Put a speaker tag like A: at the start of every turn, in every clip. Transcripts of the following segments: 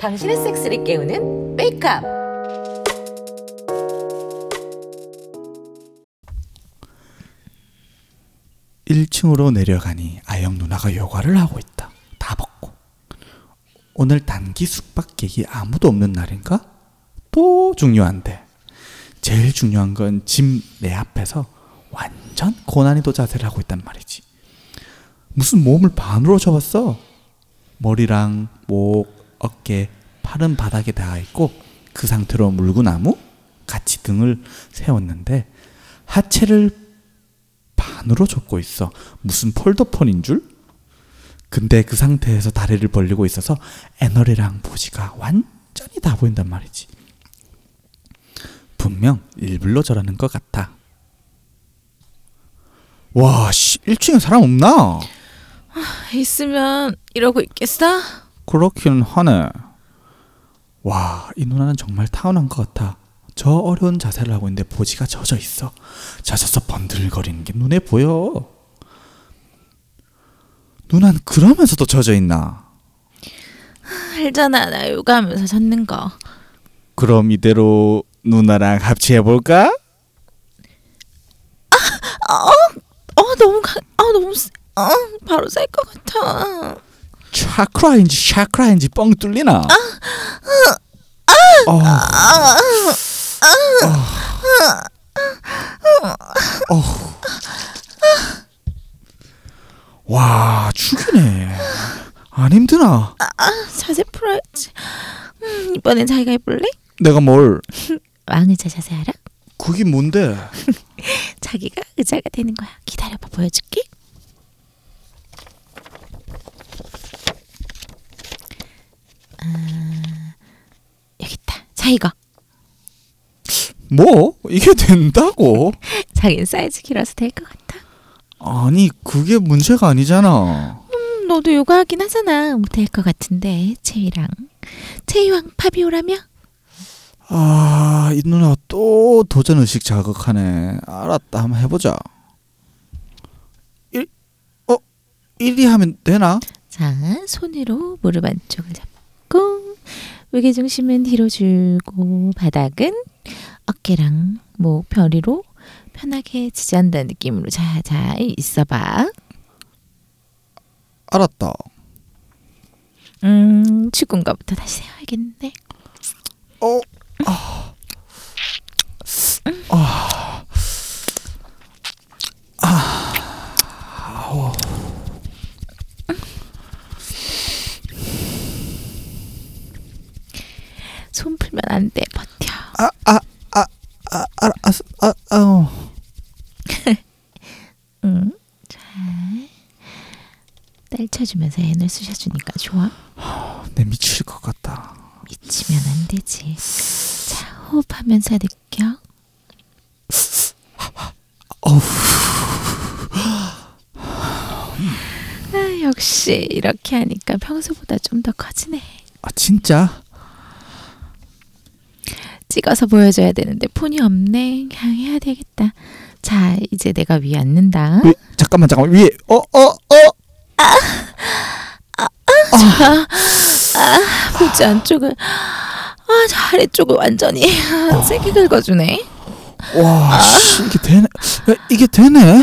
A: 당신의 섹스를 깨우는 메이크업.
B: 일층으로 내려가니 아영 누나가 요가를 하고 있다. 다 벗고. 오늘 단기 숙박객이 아무도 없는 날인가? 또 중요한데. 제일 중요한 건 짐 내 앞에서 완전 고난이도 자세를 하고 있단 말이지. 무슨 몸을 반으로 접었어? 머리랑 목, 어깨, 팔은 바닥에 닿아 있고 그 상태로 물구나무 같이 등을 세웠는데 하체를 반으로 접고 있어. 무슨 폴더폰인 줄? 근데 그 상태에서 다리를 벌리고 있어서 애너리랑 보지가 완전히 다 보인단 말이지. 분명 일부러 저러는 것 같아. 와, 씨, 1층에 사람 없나?
C: 있으면 이러고 있겠어?
B: 그렇긴 하네. 와, 이 누나는 정말 타고난 것 같아. 저 어려운 자세를 하고 있는데 보지가 젖어 있어. 젖어서 번들거리는 게 눈에 보여. 누나는 그러면서도 젖어 있나?
C: 알잖아 나 요가하면서 젖는 거
B: 그럼 이대로 누나랑 합치해 볼까?
C: 어, 너무 가, 어, 너무 세- 어, 바로 쌀 것 같아
B: 차크라인지 샤크라인지 뻥 뚫리나? 어. 어. 어. 와 죽이네 안 힘드나
C: 아, 자세 풀어야지 음, 이번엔 자기가 해볼래?
B: 내가 뭘
C: 왕의자 자세 알아?
B: 그게 뭔데
C: 자기가 그 의자가 되는 거야 기다려봐 보여줄게 아, 여기 있다 자 이거
B: 뭐 이게 된다고
C: 자기는 사이즈 길어서 될 것 같아
B: 아니 그게 문제가 아니잖아
C: 음, 너도 요가하긴 하잖아 못될것 같은데 채이랑 채이왕 파비오라며?
B: 아이 누나 또 도전 의식 자극하네 알았다 한번 해보자 일, 어? 일이 하면 되나?
C: 자, 손으로 무릎 안쪽을 잡고 무게 중심은 뒤로 줄고 바닥은 어깨랑 목 벼리로 편하게 지지한다는 느낌으로 자자 있어봐.
B: 알았다 어,
C: 음, 죽은 거부터 다시 세워야겠네.
B: 어?
C: 손 풀면 안 돼. 버텨.
B: 아, 아, 아, 아, 아우
C: 음, 자. 딸쳐주면서 애널 쑤셔주니까 좋아.
B: 내 미칠 것 같다
C: 미치면 안 되지. 자, 호흡하면서 느껴.
B: 어우
C: 아, 역시 이렇게 하니까 평소보다 좀 더 커지네.
B: 아 진짜?
C: 찍어서 보여줘야 되는데 폰이 없네. 그냥 해야 되겠다. 자, 이제 내가 위에 앉는다.
B: 위, 잠깐만 잠깐만 위에 어? 어? 어?
C: 볼지 안쪽을 아, 저 아래쪽을 완전히 아, 세게 긁어주네.
B: 와 씨, 이게 되네 야, 이게 되네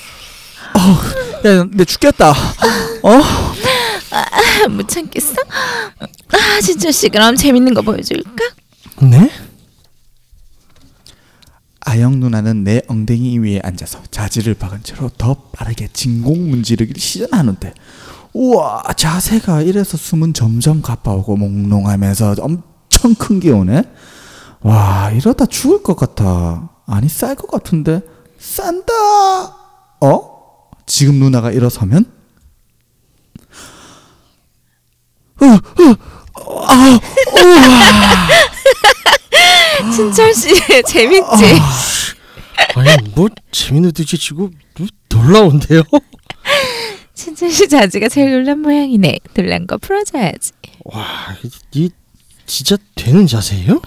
B: 내 죽겠다 어?
C: 아, 못 참겠어? 아 진짜 씨 그럼 재밌는 거 보여줄까?
D: 네?
B: 아영 누나는 내 엉덩이 위에 앉아서 자지를 박은 채로 더 빠르게 진공 문지르기를 시전하는데 우와 자세가 이래서 숨은 점점 가빠오고 몽롱하면서 엄청 큰 게 오네 와 이러다 죽을 것 같아. 아니 쌀 것 같은데 싼다. 어? 지금 누나가 일어서면?
C: 신철 씨 재밌지?
D: 아니 뭐 재밌는 듯이 치고 뭐 놀라운데요?
C: 신철 씨 자지가 제일 놀란 모양이네. 놀란 거 풀어줘야지.
D: 와, 이, 이 진짜 되는 자세예요?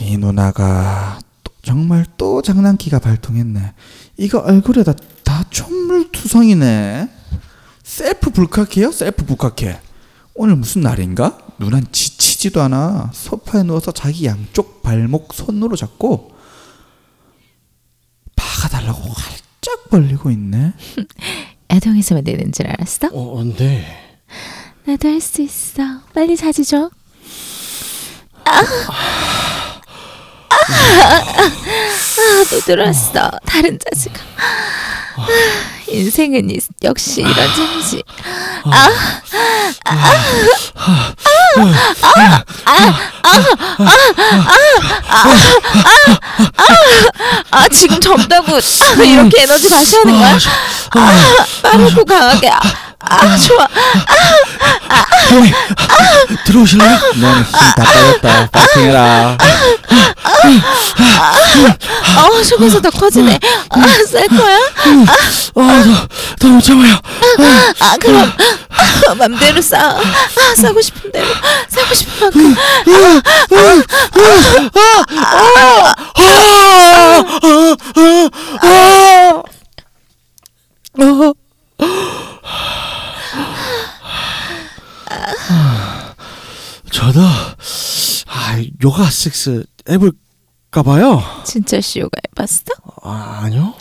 B: 이 누나가 또- 정말 또 장난기가 발동했네. 이거 얼굴에다 다 천물투성이네. 셀프 불카케요? 셀프 불카케. 오늘 무슨 날인가? 누난 지치지도 않아. 소파에 누워서 자기 양쪽 발목 손으로 잡고 박아달라고 활짝 벌리고 있네.
C: 애동에서만 되는 줄 알았어?
D: 어, 네.
C: 나도 할 수 있어. 빨리 자지 줘. 아, 아, 아, 또 들었어. 다른 자지가. 아, 인생은 이- 역시 이런 재미지. 아, 아, 지금 젊다고 아, 이렇게 에너지 과시하는 거야? 아, 빠르고 강하게. 아, 아 좋아.
D: 형님, 들어오실래요?
B: 넌 힘다 빠졌다. 파이팅해라.
C: 아, 속에서 더 커지네. 아, 쌀 거야?
D: 아, 더못 참아요.
C: 아, 그럼 아, 맘대로 싸. 아, 싸고 싶은 대로. 싸고 싶은 만큼.
D: 저도 아, 요가 섹스 해볼까 봐요.
C: 진짜 쇼가 해봤어?
D: 아, 아니요.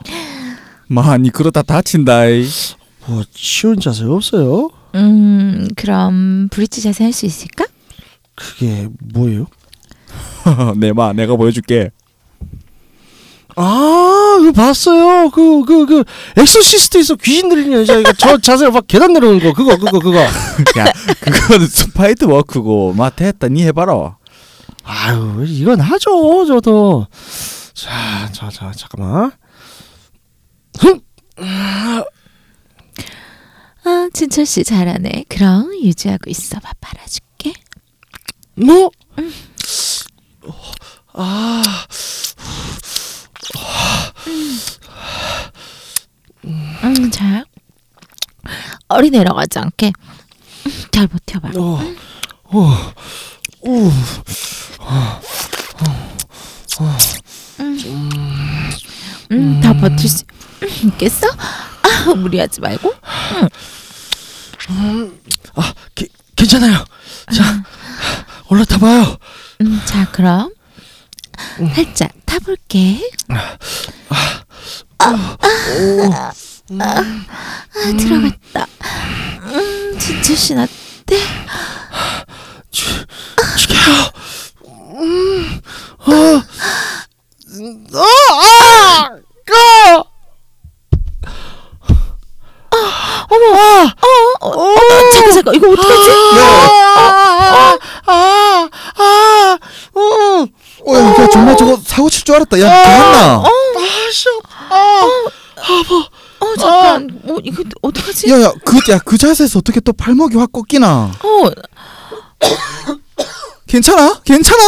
B: 많이 그러다 다친다이.
D: 뭐 쉬운 자세 없어요.
C: 음, 그럼 브릿지 자세 할 수 있을까?
D: 그게 뭐예요?
B: 내마 내가 보여줄게.
D: 아, 그 봤어요. 그 그 그 엑소시스트에서 귀신 들리는 여자가 저 자세로 막 계단 내려오는 거 그거 그거 그거.
B: 야 그거는 파이트 워크고 마 됐다 니 해봐라.
D: 아유, 이건 하죠. 저도. 자, 자, 자, 잠깐만. 흥!
C: 아, 진철 씨 잘하네. 그럼 유지하고 있어. 밥 빨아줄게.
D: 뭐? 어, 아,
C: 음, 자. 어리 내려가지 않게. 음, 잘 버텨봐.
D: 어, 어, 우,
C: 음, 다 버틸 수 음, 있겠어? 아, 무리하지 말고.
D: 아, 게, 괜찮아요. 자, 올라타 봐요.
C: 음, 자, 그럼 살짝 타볼게. 아, 아, 들어갔다. 음, 진철 씨 나. 네.
D: 죽여요. 음, 어, 음, 어, 아, 아, 어머, 아,
C: 어, 어, 어, 잠깐, 잠깐, 이거 어떡하지?
D: 아, 아, 아, 아, 음.
B: 어, 야, 야, 정말 저거 사고 칠 줄 알았다.
D: 어,
B: 야, 개나.
D: 아씨, 아,
C: 어, 잠깐, 어, 이거 어떡하지?
B: 야, 야, 그, 야, 그 자세에서 어떻게 또 발목이 확 꺾이나?
C: 어,
B: 괜찮아? 괜찮아?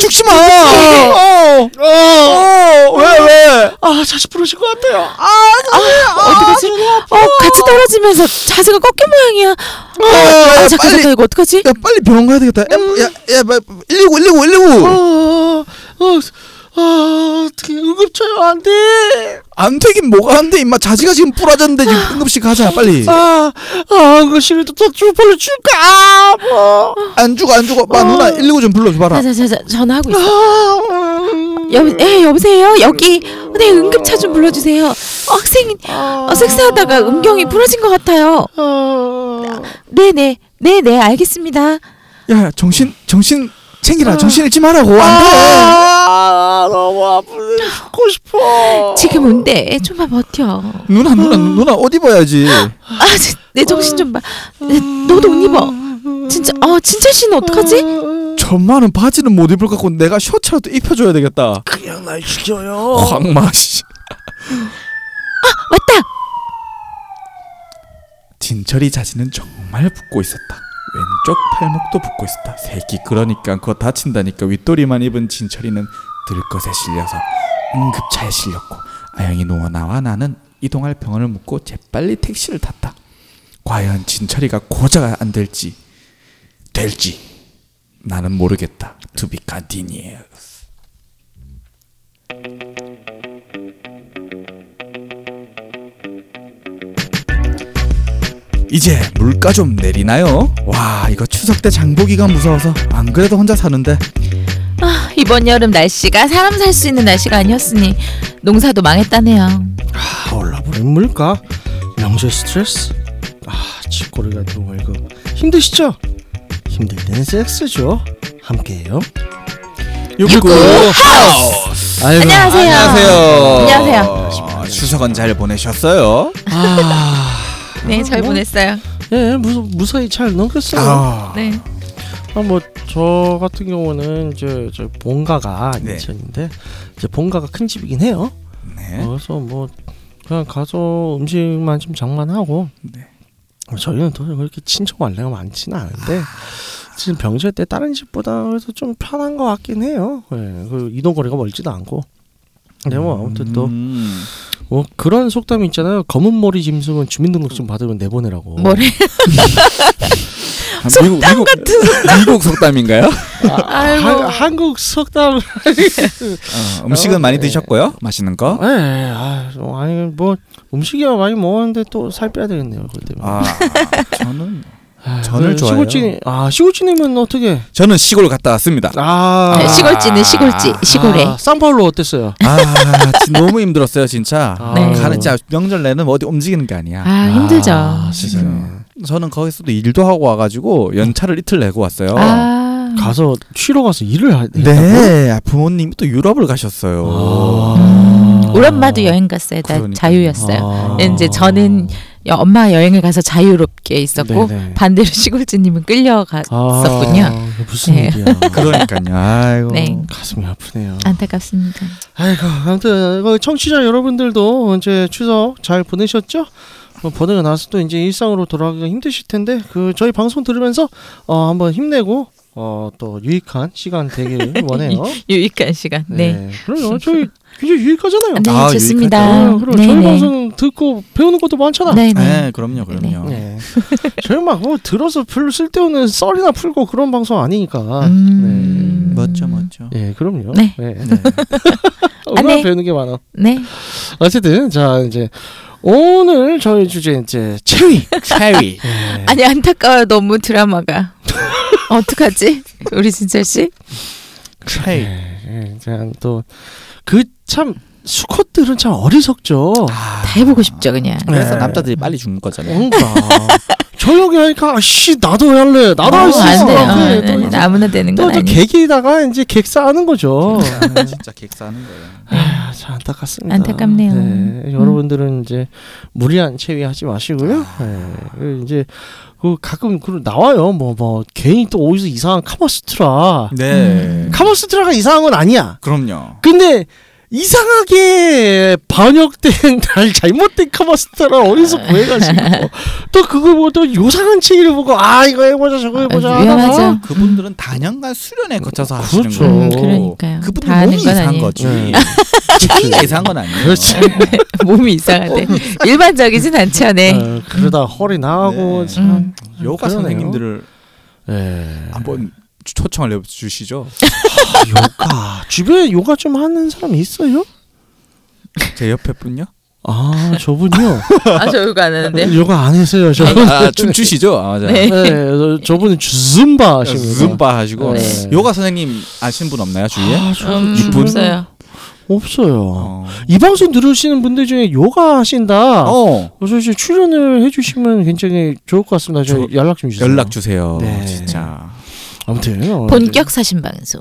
B: 죽지 마.
D: 어, 어,
B: 어, 왜, 왜?
D: 아, 자식 부르신 것 같아요. 아,
C: 어떡하지? 어, 같이 떨어지면서 자세가 꺾인 모양이야. 어,
B: 야,
C: 아,
B: 야,
C: 잠깐,
B: 빨리.
C: 잠깐, 이거 어떡하지?
B: 야, 빨리 병원 가야 되겠다. 야, 야, 야, 마- 119, 119, 119.
D: 어, 어, 어, 아, 어떻게 응급처요 안 돼.
B: 안 되긴 뭐가 안 돼, 임마. 자지가 지금 부러졌는데 지금 응급실 가자, 빨리.
D: 아, 아, 응급실에 또 주포를 줄까? 아, 뭐.
B: 안 죽어, 안 죽어. 마, 누나 119 좀 불러줘봐라.
C: 자, 자, 자, 전화하고 있어.
D: 아, 음.
C: 여, 에 여보세요 여기 네 응급차 좀 불러주세요 어, 학생이 어, 섹스하다가 음경이 부러진 것 같아요
D: 아,
C: 네네 네네 알겠습니다
B: 야, 정신, 정신 챙기라. 정신 잃지 말라고. 안
D: 어.
B: 돼.
D: 아, 너무 아프네. 죽고 싶어.
C: 지금 온대 좀만 버텨
B: 누나, 누나, 누나 옷 입어야지.
C: 아 네, 내 정신 좀봐 너도 옷 입어 진짜 어 진철 씨는 어떡하지
B: 천만 원 바지는 못 입을 것 같고 내가 셔츠라도 입혀줘야 되겠다.
D: 그냥 날 시켜요.
B: 황마 씨.
C: 왔다.
B: 진철이 자신은 정말 붓고 있었다. 왼쪽 팔목도 붓고 있었다. 새끼 그러니까 그거 다친다니까 윗도리만 입은 진철이는 들것에 실려서 응급차에 실렸고 아영이 누워 나와 나는 이동할 병원을 묻고 재빨리 택시를 탔다. 과연 진철이가 고자가 안 될지 될지 나는 모르겠다. 투비 간디니에 이제 물가 좀 내리나요? 와 이거 추석 때 장보기가 무서워서 안 그래도 혼자 사는데
C: 아, 이번 여름 날씨가 사람 살 수 있는 날씨가 아니었으니 농사도 망했다네요.
D: 다 올라버린 물가. 아, 명절 스트레스. 아, 집거리가 또 월급. 힘드시죠? 힘들 땐 섹스죠. 함께해요.
B: 육구 하우스
D: 아이고.
C: 안녕하세요.
B: 안녕하세요.
C: 안녕하세요.
B: 아, 추석은 잘 보내셨어요?
C: 네, 잘 보냈어요.
D: 예, 무사, 무사히 잘 넘겼어요.
B: 아,
C: 네.
D: 아 뭐 저 같은 경우는 이제 저 본가가
B: 네.
D: 인천인데 이제 본가가 큰 집이긴 해요.
B: 네.
D: 그래서 뭐 그냥 가서 음식만 좀 장만하고
B: 네.
D: 어, 저희는 또 그렇게 친척 관례가 많지는 않은데
B: 아.
D: 지금 병절 때 다른 집보다 그래서 좀 편한 것 같긴 해요. 예, 그 이동 거리가 멀지도 않고. 근데 뭐 아무튼 또
B: 음.
D: 뭐 그런 속담이 있잖아요. 검은 머리 짐승은 주민등록증 받으면 내보내라고.
C: 뭐래?
B: 아, 미국 미국 미국 속담인가요?
C: 아이고.
D: 한, 한국 속담
B: 어, 음식은 많이 드셨고요. 맛있는 거.
D: 예, 예, 아, 좀 아니 뭐 음식이야 많이 먹었는데 또 살 빼야 되겠네요 그것 때문에.
B: 아 저는
D: 아,
B: 전을
D: 그
B: 좋아해요.
D: 시골진 아 시골진이면 어떻게?
B: 저는 시골 갔다 왔습니다.
D: 아,
C: 네, 시골지는 시골지 시골에.
D: 아, 쌍파울로 어땠어요?
B: 아 진- 너무 힘들었어요 진짜.
D: 아,
C: 네.
B: 아, 가는 진짜 명절 내는 뭐 어디 움직이는 게 아니야.
C: 아 힘들죠.
D: 아,
B: 진짜.
D: 진짜.
B: 저는 거기서도 일도 하고 와가지고 연차를 이틀 내고 왔어요.
C: 아.
D: 가서 쉬러 가서 일을 하. 아.
B: 네, 아, 부모님이 또 유럽을 가셨어요. 아.
C: 음, 우리 엄마도 여행 갔어요. 나
B: 그러니까요.
C: 자유였어요. 네,
D: 아.
C: 이제 저는 여- 엄마 여행을 가서 자유롭게 있었고
D: 네네.
C: 반대로 시골지님은 끌려갔었군요.
D: 아, 이게 무슨
C: 네.
D: 일이야?
B: 그러니까요. 아이고.
C: 네.
D: 가슴이 아프네요.
C: 안타깝습니다.
D: 아이고 아무튼 그 청취자 여러분들도 이제 추석 잘 보내셨죠? 뭐 번외가 나서 또 이제 일상으로 돌아가기가 힘드실 텐데 그 저희 방송 들으면서 어 한번 힘내고 어또 유익한 시간 되기를 원해요.
C: 유익한 시간. 네.
D: 그럼요. 저희 굉장히 유익하잖아요.
C: 네,
B: 아,
C: 좋습니다. 네.
D: 아, 그럼 저희 방송 듣고 배우는 것도 많잖아.
C: 네네.
B: 네, 그럼요, 그럼요.
D: 네. 저희 막뭐 들어서 별로 쓸데없는 썰이나 풀고 그런 방송 아니니까.
C: 음.
B: 멋져, 멋져.
D: 네. 예, 그럼요.
C: 네.
B: 네.
D: 얼마나
C: 아, 네.
D: 배우는 게 많아.
C: 네.
D: 어쨌든 자 이제 오늘 저희 주제 이제 체위. 예,
B: 체리.
C: 아니 안타까워요. 너무 드라마가. 어떡하지? 우리 진철 씨?
B: 체리.
D: 예, 그냥 또그 참 수컷들은 참 어리석죠.
B: 아,
C: 다 해보고 싶죠 그냥.
B: 그래서
D: 네.
B: 남자들이 빨리 죽는 거잖아요.
D: 뭔가 조용히 하니까 아, 씨 나도 할래. 나도 할 수
C: 어,
D: 있을
C: 안
D: 것
C: 돼요.
D: 아, 같아.
C: 어,
D: 또
C: 네,
D: 이제
C: 아무나 되는
D: 또
C: 건
D: 이제
C: 아니. 네.
D: 개기다가 이제 객사하는 거죠.
B: 아, 진짜 객사하는 거예요.
D: 아, 참 안타깝습니다.
C: 안타깝네요. 음.
D: 네, 여러분들은 이제 무리한 체위하지 마시고요. 네, 그 이제 그 가끔 그 나와요. 뭐 뭐 괜히 또 어디서 이상한 카머스트라.
C: 음.
B: 네.
D: 카머스트라가 이상한 건 아니야.
B: 그럼요.
D: 근데 이상하게 번역된 날 잘못된 카머스트라 어디서
C: 아.
D: 구해가지고 또 그거 보고 또 요상한 책을 보고 아 이거 해보자 저거 해보자
C: 아, 위험하죠.
B: 그분들은 단연간 수련에 거쳐서 하시는
D: 그렇죠.
B: 거예요.
D: 음,
C: 그러니까요.
B: 그분들
C: 다
B: 몸이
C: 아는 건
B: 이상한
C: 아니에요.
B: 거지.
D: 네.
B: 체위가 이상한 건 아니에요.
D: 그렇지.
C: 몸이 이상하대.
D: 네.
C: 일반적이진 않지
B: 예.
C: 않네. 음.
D: 어, 그러다 허리 나가고
B: 네.
D: 참.
B: 요가
D: 그러네요.
B: 선생님들을
D: 예.
B: 한번 초청을 해주시죠.
D: 요가 주변에 요가 좀 하는 사람이 있어요?
B: 제 옆에 분요?
D: 아 저분요.
C: 아 저 이거 안 하는데.
D: 요가 안 했어요 저분.
B: 네. 아, 춤 추시죠? 아, 맞아요.
C: 네.
D: 네, 저- 저분은 주줌바 하십니다.
B: 줌바 하시고
D: 네.
B: 요가 선생님 아시는 분 없나요 주위에?
D: 아, 저
C: 음,
B: 이분?
C: 없어요.
D: 없어요.
B: 어.
D: 이 방송 들으시는 분들 중에 요가 하신다.
B: 어.
D: 그래서 이제 출연을 해주시면 굉장히 좋을 것 같습니다. 저
B: 저-
D: 연락 좀 주세요.
B: 연락 주세요. 아,
D: 네.
B: 진짜.
D: 아무튼 어,
C: 본격 사신 방송.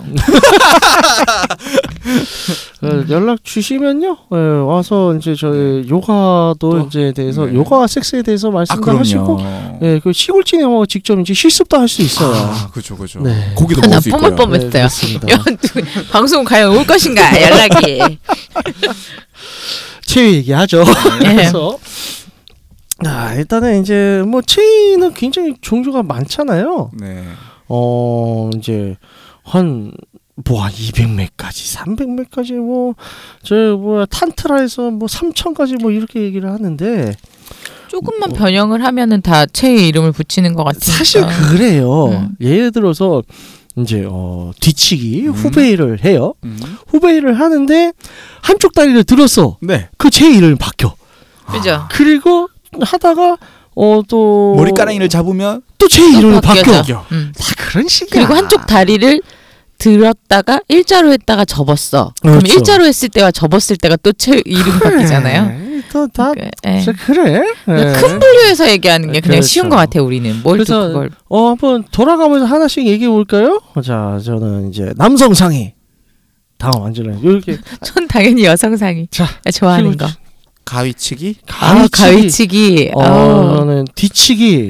D: 어, 연락 주시면요 예, 와서 이제 저희 요가도 이제 대해서
B: 네. 아,
D: 요가 섹스에 대해서 말씀도 하시고 예, 그 시골진에 뭐 직접 이제 실습도 할 수 있어요.
B: 아, 그죠, 그죠.
D: 네.
B: 고기도
C: 아, 나
B: 먹을 수
C: 뿜을
B: 있고요.
D: 네,
C: 뻔했어요.
D: 그렇습니다.
C: 방송 과연 올 것인가 연락이.
D: 체위 얘기하죠.
C: 예.
D: 그래서 아, 일단은 이제 뭐 체위는 굉장히 종류가 많잖아요.
B: 네.
D: 어, 이제 한 뭐한 200매까지, 300매까지 뭐저 뭐야 탄트라에서 뭐 3천까지 뭐 이렇게 얘기를
C: 그러니까.
D: 하는데
C: 조금만 변형을 하면은 다 체의 이름을 붙이는 것 같으니까.
D: 사실 그래요.
C: 음.
D: 예를 들어서 이제 어 뒤치기
B: 음.
D: 후베이를 해요.
B: 음.
D: 후베이를 하는데 한쪽 다리를 들었어.
B: 네.
D: 그 제 이름이 바뀌어.
C: 그죠?
D: 그리고 하다가 어 또
B: 머리카락이를 잡으면
D: 또제 그 이름이
C: 또 바뀌어져.
D: 바뀌어.
C: 음.
D: 다 그런 식이야.
C: 그리고 한쪽 다리를 들었다가 일자로 했다가 접었어. 그럼
D: 그렇죠.
C: 일자로 했을 때와 접었을 때가 또 체 이름
D: 그래.
C: 바뀌잖아요.
D: 또다
C: 그, 예.
D: 그래. 예.
C: 큰 분류에서 얘기하는 게 그냥
D: 그렇죠.
C: 쉬운 것 같아요. 우리는 뭘
D: 그래서
C: 또 그걸
D: 어 한번 돌아가면서 하나씩 얘기해 볼까요? 자 저는 이제 남성 상의 다음 안젤라 이렇게
C: 전 당연히 여성상이
D: 자,
C: 좋아하는
D: 키워주-
C: 거.
B: 가위치기?
C: 아,
D: 가위치기.
C: 가위치기.
D: 어
C: 아우,
D: 저는 뒤치기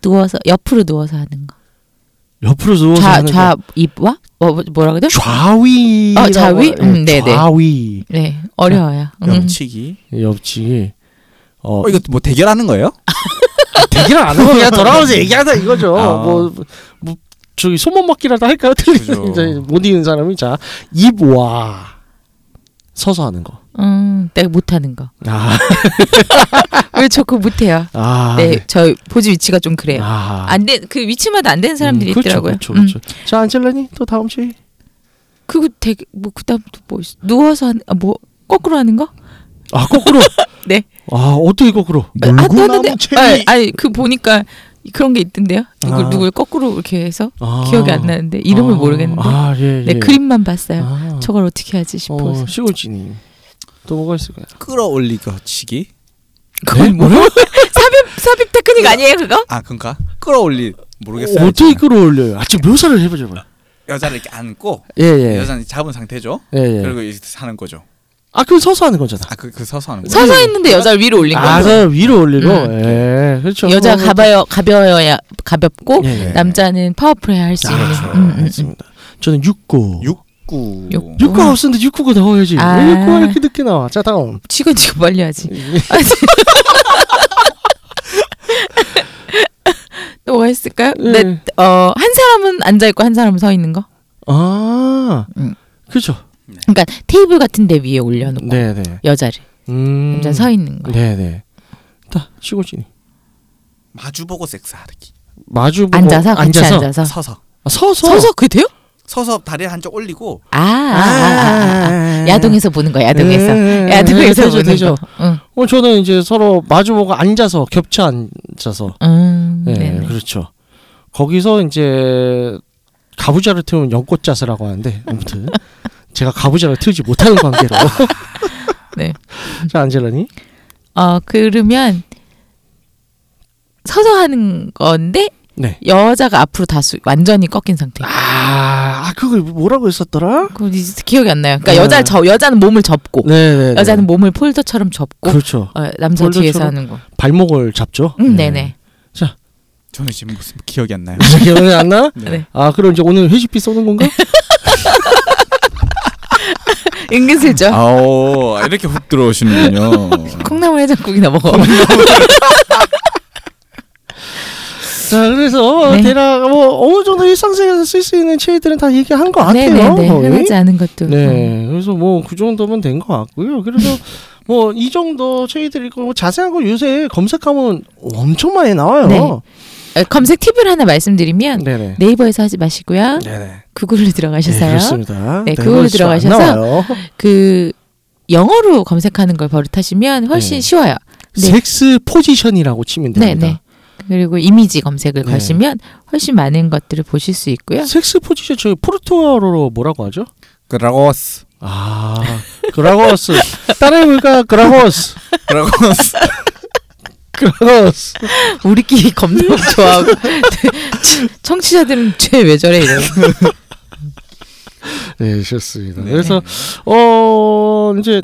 C: 누워서 옆으로 누워서 하는 거.
D: 옆으로 누워서
C: 좌
D: 하는
C: 좌 입와 뭐 뭐라 그래?
D: 거. 좌위
C: 어, 좌위? 음, 네네.
D: 좌위
C: 네 어려워요. 음.
B: 염치기?
D: 옆치기 어
B: 어, 이거 뭐 대결하는 거예요?
D: 얘기를 안 하고 그냥 돌아오면서 얘기하자 이거죠.
B: 아.
D: 뭐, 뭐 저기 소문 막기라도 할까요?
B: 그죠.
D: 이제 못 이기는 사람이 자 입와 서서 하는 거.
C: 음, 내가 못하는 거.
D: 아,
C: 왜 저 그거 못해요?
D: 아,
C: 네, 저 보지 위치가 좀 그래요.
D: 아,
C: 안된그 위치마다 안 되는 사람들이
D: 음, 그렇죠,
C: 있더라고요.
D: 그렇죠,
C: 음.
D: 그렇죠. 자 안젤라니 또 다음 주
C: 그거 되게 뭐 그다음 또뭐 있어? 누워서 하는 아, 뭐 거꾸로 하는 거?
D: 아 거꾸로.
C: 네.
D: 아 어떻게 거꾸로?
C: 아, 또 하는데-
B: 체리.
C: 아니, 아니 그 보니까 그런 게 있던데요. 누굴
D: 아.
C: 누굴 거꾸로 이렇게 해서
D: 아,
C: 기억이 안 나는데 이름을
D: 아,
C: 모르겠는데.
D: 아 예. 예.
C: 네 그림만 봤어요.
D: 아,
C: 저걸 어떻게 하지 싶어서.
D: 어, 시골지님 또 뭐가 있을까요?
C: 아.
B: 끌어올리기 치기?
D: 네?
C: 그걸 뭐요? 삽입 삽입 테크닉 아니에요 그거?
B: 아, 그니까 끌어올리 모르겠어요.
D: 어떻게 끌어올려요? 아좀 묘사를 해보죠.
B: 여자를 이렇게 안고
C: 네.
D: 예예.
B: 여자는 잡은 상태죠.
D: 예예.
B: 그리고 이렇게 사는 거죠.
D: 아 그럼 서서 하는 거잖아.
B: 아, 그, 그 서서 하는 거죠.
C: 서서 있는데 여자를 위로 올린
D: 네. 아,
C: 거예요.
D: 그 위로 올리고,
C: 음.
D: 예, 그렇죠.
C: 여자
D: 그거는-
C: 가벼여 가벼워야 가볍고 네.
D: 예, 예.
C: 남자는 파워풀해 할 수
D: 아,
C: 있는.
D: 그렇죠.
C: 음, 음, 음.
D: 알겠습니다. 저는 육구.
B: 육구.
C: 육-
D: 육구가 없었는데 육구가 나와야지.
C: 아.
D: 왜 육구가 이렇게 늦게 나와? 자 다음.
C: 지금 지금 빨리 하지.
D: 네.
C: 아, 또 뭐가 있을까요?
D: 예.
C: 네, 어, 한 사람은 앉아 있고 한 사람은 서 있는 거.
D: 아,
C: 음.
D: 그렇죠.
C: 그러니까 테이블 같은 데 위에 올려놓고
D: 네네.
C: 여자를
D: 음.
C: 남자 는서 있는 거.
D: 네네. 다 시골지니.
B: 마주보고 섹스하기.
D: 마주보고
C: 앉아서 같이 앉아서, 서,
B: 서서.
D: 아, 서서.
C: 서 그게 돼요?
B: 서서 다리를 한쪽 올리고
C: 아, 아, 아, 아, 아. 야동에서 보는 거야. 야동에서.
D: 예, 예,
C: 야동에서
D: 예, 음. 되죠,
C: 보는
D: 되죠.
C: 거. 응.
D: 어, 저는 이제 서로 마주보고 앉아서 겹쳐 앉아서.
C: 음.
D: 예,
C: 네네.
D: 그렇죠. 거기서 이제 가부좌를 틀면 연꽃자세라고 하는데 아무튼 제가 가부좌를 틀지 못하는 관계로.
C: 네.
D: 자 안젤라니.
C: 어, 그러면 서서 하는 건데
D: 네.
C: 여자가 앞으로 다수 완전히 꺾인 상태.
D: 아, 아 그걸 뭐라고 했었더라?
C: 그거 이제 기억이 안 나요. 그러니까
D: 네.
C: 여자 저 여자는 몸을 접고
D: 네, 네.
C: 여자는 몸을 폴더처럼 접고
D: 그렇죠.
C: 어, 남자 뒤에서
D: 폴더처럼?
C: 하는 거.
D: 발목을 잡죠.
C: 음, 네, 네.
B: 저는 지금 무슨 기억이 안 나요.
D: 네. 기억이 안 나?
C: 네.
D: 아, 그럼 이제 오늘 회식비 쏘는 건가?
C: 은근슬쩍
B: 아오 이렇게 훅 들어오시는군요.
C: 콩나물 해장국이나 먹어.
D: 자, 그래서
C: 네.
D: 대략 뭐 어느 정도 일상생활에서 쓸 수 있는 체이들은 다 얘기한 것 같아요.
C: 네, 네, 네.
D: 거의.
C: 흔하지 않은 것도. 어.
D: 네, 그래서 뭐 그 정도면 된 것 같고요. 그래서 뭐 이 정도 저희들이고 뭐 자세한 거 요새 검색하면 엄청 많이 나와요.
C: 어, 검색 팁을 하나 말씀드리면
D: 네네.
C: 네이버에서 하지 마시고요.
D: 네네.
C: 구글로
D: 네,
C: 들어가셔서요.
D: 그렇습니다.
C: 네,
D: 네이버
C: 그걸로
D: 진짜 안
C: 들어가셔서
D: 나와요.
C: 그 영어로 검색하는 걸 버릇하시면 훨씬
D: 네.
C: 쉬워요. 네.
D: 섹스 포지션이라고 치면
C: 네,
D: 됩니다.
C: 네. 그리고 이미지 검색을
D: 네.
C: 거시면 훨씬 많은 것들을 보실 수 있고요.
D: 섹스 포지션 저희 포르투어로 뭐라고 하죠?
B: 그라고스.
D: 아, 그라고스. 따라해볼까? 그라고스.
B: 그라고스.
D: 그라고스.
C: 우리끼리 검색 좋아하고 청취자들은 쟤 왜 저래 이래.
D: 네, 좋습니다.
B: 네.
D: 그래서 어 이제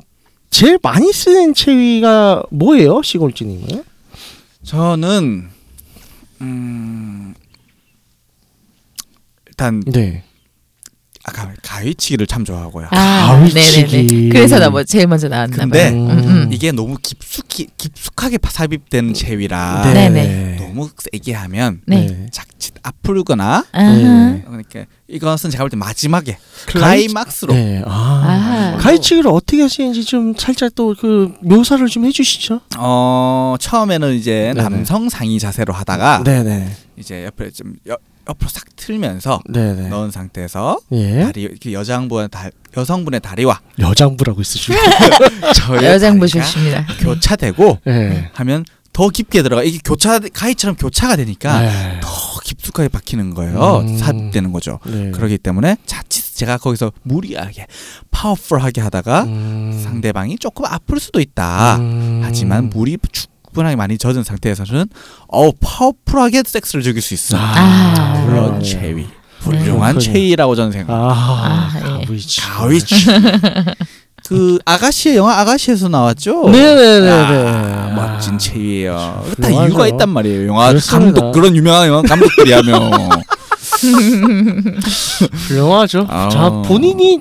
D: 제일 많이 쓰는 체위가 뭐예요, 시골지님은?
B: 저는 음, 일단
D: 네.
B: 아까 가위치기를 참 좋아하고요.
C: 아,
D: 가위치기.
C: 네네네. 그래서 나 뭐 제일 먼저 나왔나
B: 근데
C: 봐요.
D: 음.
B: 이게 너무 깊숙이 깊숙하게 삽입되는 체위라
C: 네.
B: 아, 너무 세게 하면
C: 네.
B: 작짓 아프거나
C: 아하.
D: 네.
B: 그러니까 이것은 제가 볼 때 마지막에
D: 클라이-
B: 클라이막스로
D: 네. 아.
C: 아하.
D: 가위치기를 어떻게 하시는지 좀 살짝 또 그 묘사를 좀 해주시죠.
B: 어 처음에는 이제
D: 네네.
B: 남성 상의 자세로 하다가
D: 네네.
B: 이제 옆에 좀 여, 옆으로 싹 틀면서
D: 네네.
B: 넣은 상태에서
D: 예.
B: 다리 이렇게 여장분의 다, 여성분의 다리와
D: 여장부라고 쓰시죠.
B: 저의
C: 여장부
B: 다리가
C: 좋습니다.
B: 교차되고
D: 예.
B: 하면 더 깊게 들어가 이게 교차 가위처럼 교차가 되니까
D: 예.
B: 더 깊숙하게 박히는 거예요
D: 음.
B: 삽입되는 거죠
D: 네.
B: 그렇기 때문에 자칫 제가 거기서 무리하게 파워풀하게 하다가
D: 음.
B: 상대방이 조금 아플 수도 있다
D: 음.
B: 하지만 물이 충분하게 많이 젖은 상태에서는 어우 파워풀하게 섹스를 즐길 수 있어.
C: 아.
B: 물론
D: 네.
B: 체위 훌륭한
D: 그렇군요.
B: 체위라고 저는 생각.
D: 아,
C: 아, 예.
D: 가위치.
B: 가위치. 그 아가씨의 영화 아가씨에서 나왔죠.
D: 네네네네.
B: 아,
D: 아.
B: 멋진 체위예요. 다
D: 훌륭하죠.
B: 이유가 있단 말이에요. 영화
D: 그렇습니다.
B: 감독 그런 유명한 영화 감독들이 하면
D: 훌륭하죠.
B: 아.
D: 자 본인이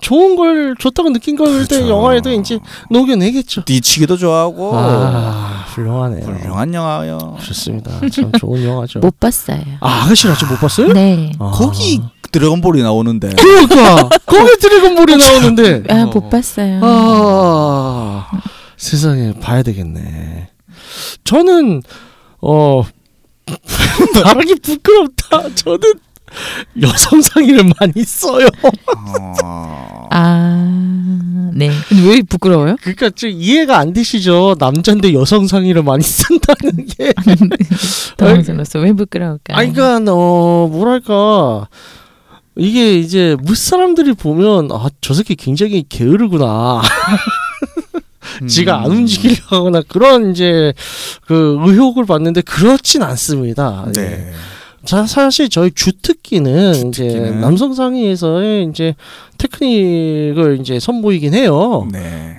D: 좋은 걸 좋다고 느낀 걸때
B: 그렇죠.
D: 영화에도 이제 녹여내겠죠.
B: 뒤치기도 좋아하고
D: 아 훌륭하네요.
B: 훌륭한 영화요.
D: 좋습니다. 참 좋은 영화죠.
C: 못 봤어요.
D: 아 아가씨를 아직 못 봤어요?
C: 네.
D: 아.
B: 거기 드래곤볼이 나오는데
D: 그러니까 거기 드래곤볼이 나오는데
C: 아, 못 봤어요.
D: 아 세상에 봐야 되겠네. 저는 어 말하기 부끄럽다. 저는 여성 상의를 많이 써요.
B: 어.
C: 아, 네. 근데 왜 부끄러워요?
D: 그러니까 좀 이해가 안 되시죠? 남잔데 여성 상의를 많이 쓴다는 게.
C: 당황스러워서 왜 부끄러울까?
D: 아, 그러니까 어 뭐랄까 이게 이제 무 사람들이 보면 아 저 새끼 굉장히 게으르구나. 지가
B: 음.
D: 안 움직이려고 하거나 그런 이제 그 의혹을 받는데 그렇진 않습니다. 예.
B: 네.
D: 자, 사실 저희 주특기는, 이제
B: 주특기는.
D: 남성 상의에서의 이제 테크닉을 이제 선보이긴 해요.
B: 네.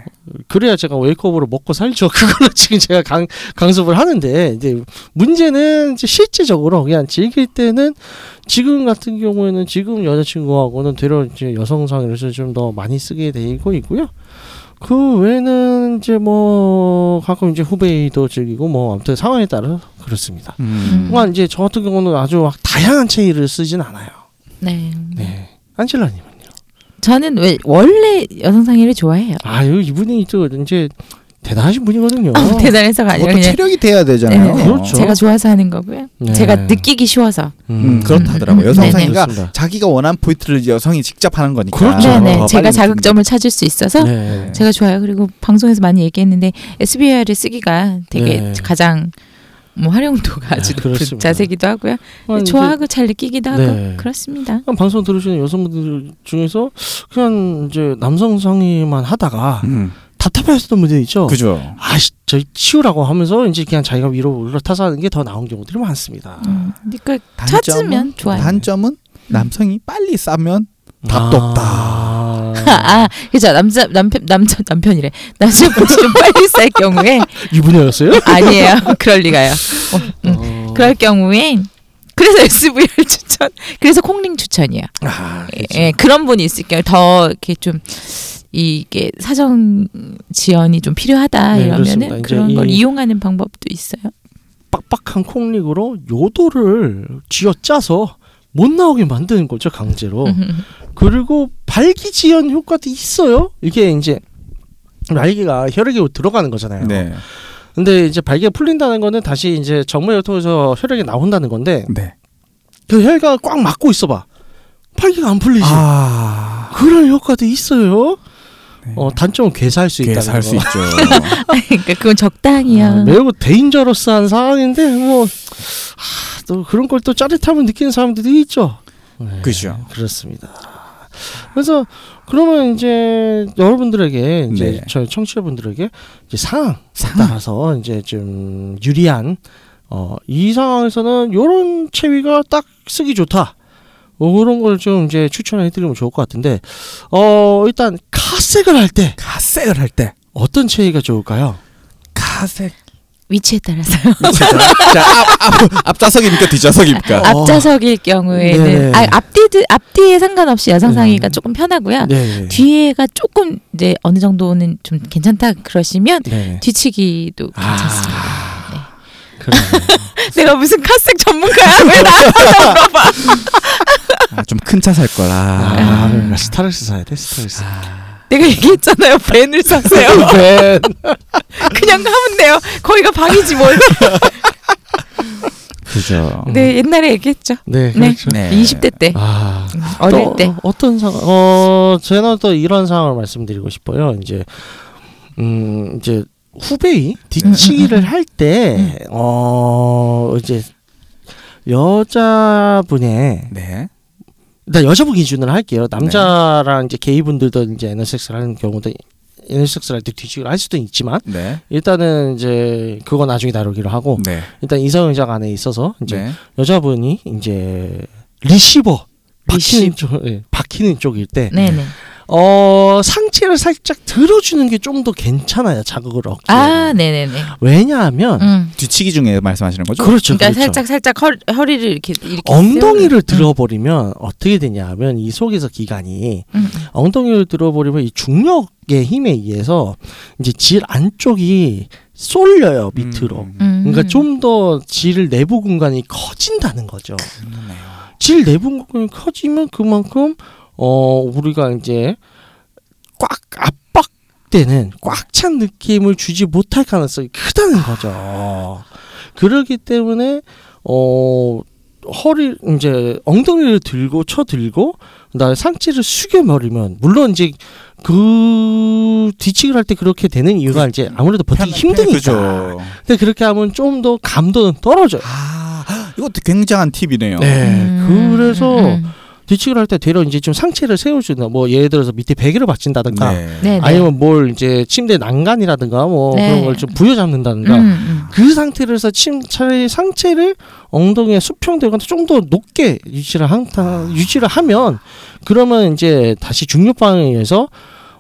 D: 그래야 제가 웨이크업으로 먹고 살죠. 그걸로 지금 제가 강, 강습을 하는데, 이제 문제는 이제 실제적으로 그냥 즐길 때는 지금 같은 경우에는 지금 여자친구하고는 되려 이제 여성상에서 좀 더 많이 쓰게 되고 있고요. 그 외에는 이제 뭐 가끔 이제 후배도 즐기고 뭐 아무튼 상황에 따라 그렇습니다.
B: 음.
D: 그만 이제 저 같은 경우는 아주 막 다양한 체의를 쓰진 않아요.
C: 네.
D: 네. 안젤라님.
C: 저는 왜 원래 여성 상의를 좋아해요.
D: 아, 이분이 또 이제 대단하신 분이거든요.
C: 어, 대단해서가 아니라 그냥
B: 그것도 체력이 돼야 되잖아요.
C: 네,
D: 네. 그렇죠.
C: 제가 좋아서 하는 거고요.
D: 네.
C: 제가 느끼기 쉬워서.
B: 음, 그렇다더라고요.
C: 음,
B: 여성
C: 네네.
B: 상의가
D: 좋습니다.
B: 자기가 원하는 포인트를 여성이 직접 하는 거니까.
D: 그렇죠.
B: 더
C: 네네.
B: 아, 어, 빨리
C: 제가
B: 느끼는
C: 자극점을 찾을 수 있어서
D: 네.
C: 제가 좋아요. 그리고 방송에서 많이 얘기했는데 SBI를 쓰기가 되게
D: 네.
C: 가장 뭐 활용도가 아주
D: 네,
C: 높은
D: 그렇습니다.
C: 자세기도 하고요.
D: 아, 이제
C: 좋아하고 잘 느끼기도 하고
D: 네.
C: 그렇습니다.
D: 그냥 방송 들으시는 여성분들 중에서 그냥 이제 남성 상의만 하다가
B: 음,
D: 답답해하시던 분들 있죠.
B: 그죠.
D: 아씨, 저희 치우라고 하면서 이제 그냥 자기가 위로 올라타서 하는 게 더 나은 경우들이 많습니다.
C: 음, 그러니까
B: 단점은?
C: 찾으면 좋아요. 음.
B: 단점은 남성이 빨리 싸면 답도
D: 아. 없다.
C: 아, 그죠 남자 남편 남자 남편이래 남자분이 좀 빨리 쌀 경우에
D: 유부녀였어요? 어.
C: 아니에요 그럴 리가요.
B: 음.
C: 그럴 경우에 그래서 SVR 추천 그래서 콩링 추천이야.
D: 아, 그치.
C: 예, 그런 분이 있을 경우 더 이렇게 좀 이게 사정 지연이 좀 필요하다
D: 네, 그렇습니다.
C: 이러면은
D: 이제
C: 그런 걸
D: 이-
C: 이용하는 방법도 있어요.
D: 빡빡한 콩릭으로 요도를 쥐어짜서 못 나오게 만드는 거죠 강제로 그리고 발기지연 효과도 있어요 이게 이제 날개가 혈액이 들어가는 거잖아요
B: 네.
D: 근데 이제 발기가 풀린다는 거는 다시 이제 정맥을 통해서 혈액이 나온다는 건데
B: 네.
D: 그 혈액을 꽉 막고 있어봐 발기가 안 풀리지
B: 아.
D: 그런 효과도 있어요
B: 네.
D: 어 단점은 괴사할 수 있다는
B: 괴사할 수
D: 거.
B: 있죠.
C: 그러니까 그건 적당히야.
D: 아, 매우 데인저러스한 상황인데 뭐 아, 또 그런 걸 또 짜릿함을 느끼는 사람들도 있죠. 네,
B: 그죠.
D: 그렇습니다. 그래서 그러면 이제 여러분들에게 이제
B: 네.
D: 저희 청취자분들에게 이제 상황
B: 상황.
D: 따라서 이제 좀 유리한 어, 이 상황에서는 요런 체위가 딱 쓰기 좋다. 어, 그런 걸 좀 이제 추천해 드리면 좋을 것 같은데 어 일단 카색을 할 때
B: 가색을 할 때
D: 어떤 체이가 좋을까요?
B: 가색
C: 위치에 따라서
E: 자앞앞 앞좌석입니까
C: 어.
E: 뒷좌석입니까?
C: 앞좌석일 경우에는
D: 어. 네.
C: 아, 앞뒤 앞뒤에 상관없이 여성 상의가 조금 편하고요.
D: 네.
C: 아, 뒤에가 조금 이제 어느 정도는 좀 괜찮다 그러시면
D: 네.
C: 뒤치기도
D: 아.
C: 괜찮습니다.
D: 그러네.
C: 내가 무슨 카색 전문가야? 왜 나?
B: 아, 좀 큰 차 살 거라.
D: 아, 그러니까 스타렉스 사야 돼 스타렉스.
C: 내가 얘기했잖아요. 밴을 사세요.
D: 네.
C: 그냥 하면 돼요. 거기가 방이지 뭘.
B: 그죠.
C: 네 옛날에 얘기했죠.
D: 네.
C: 네.
D: 그렇죠.
B: 네.
C: 20대 때
D: 아.
C: 어릴
D: 또
C: 때.
D: 어떤 상황? 어, 저는 또 이런 상황을 말씀드리고 싶어요. 이제 음, 이제 후배이
C: 음.
D: 뒤치기를 할 때 어, 이제 여자분의
B: 네.
D: 일단 여자분 기준으로 할게요. 남자랑 이제 게이분들도 이제 에너섹스를 하는 경우도 에너섹스를 할 때 뒤치기를 할 수도 있지만
B: 네.
D: 일단은 이제 그건 나중에 다루기로 하고
C: 음.
B: 네.
D: 일단 이성의자 간에 있어서 이제
B: 네.
D: 여자분이 이제 리시버 박히는 쪽 예, 박히는 쪽일 때
C: 네네.
D: 어, 상체를 살짝 들어주는 게 좀 더 괜찮아요 자극을 얻기
C: 아 네네네.
D: 왜냐하면
C: 음.
B: 뒤치기 중에 말씀하시는 거죠?
D: 그렇죠
C: 그러니까
D: 그렇죠.
C: 살짝 음. 살짝 허리, 허리를 이렇게 이렇게 세우는.
D: 엉덩이를 들어버리면 어떻게 되냐면 이 속에서 기관이
C: 음, 음.
D: 엉덩이를 들어버리면 이 중력의 힘에 의해서 이제 질 안쪽이 쏠려요 밑으로
B: 음,
C: 음.
D: 그러니까 좀 더 질 내부 공간이 커진다는 거죠.
B: 그렇네요.
D: 질 내부 공간이 커지면 그만큼 어 우리가 이제 꽉 압박되는 꽉 찬 느낌을 주지 못할 가능성이 크다는 거죠. 그렇기 때문에 어 허리 이제 엉덩이를 들고 쳐들고 그다음에 상체를 숙여버리면 물론 이제 그 뒤치기를 할 때 그렇게 되는 이유가 이제 아무래도 버티기 힘드니까
B: 그죠.
D: 근데 그렇게 하면 좀 더 감도는 떨어져요.
B: 아, 이것도 굉장한 팁이네요.
D: 네.
C: 음,
D: 그래서
C: 음, 음.
D: 뒤치기를 할 때 되려 이제 좀 상체를 세워주나 뭐 예를 들어서 밑에 베개를 받친다든가
B: 네.
C: 네네.
D: 아니면 뭘 이제 침대 난간이라든가 뭐
C: 네.
D: 그런 걸 좀 부여잡는다든가
C: 음, 음.
D: 그 상태로서 침 차라리 상체를 엉덩이에 수평되거나 좀 더 높게 유지를 한 타- 유지를 하면 그러면 이제 다시 중력 반응에 의해서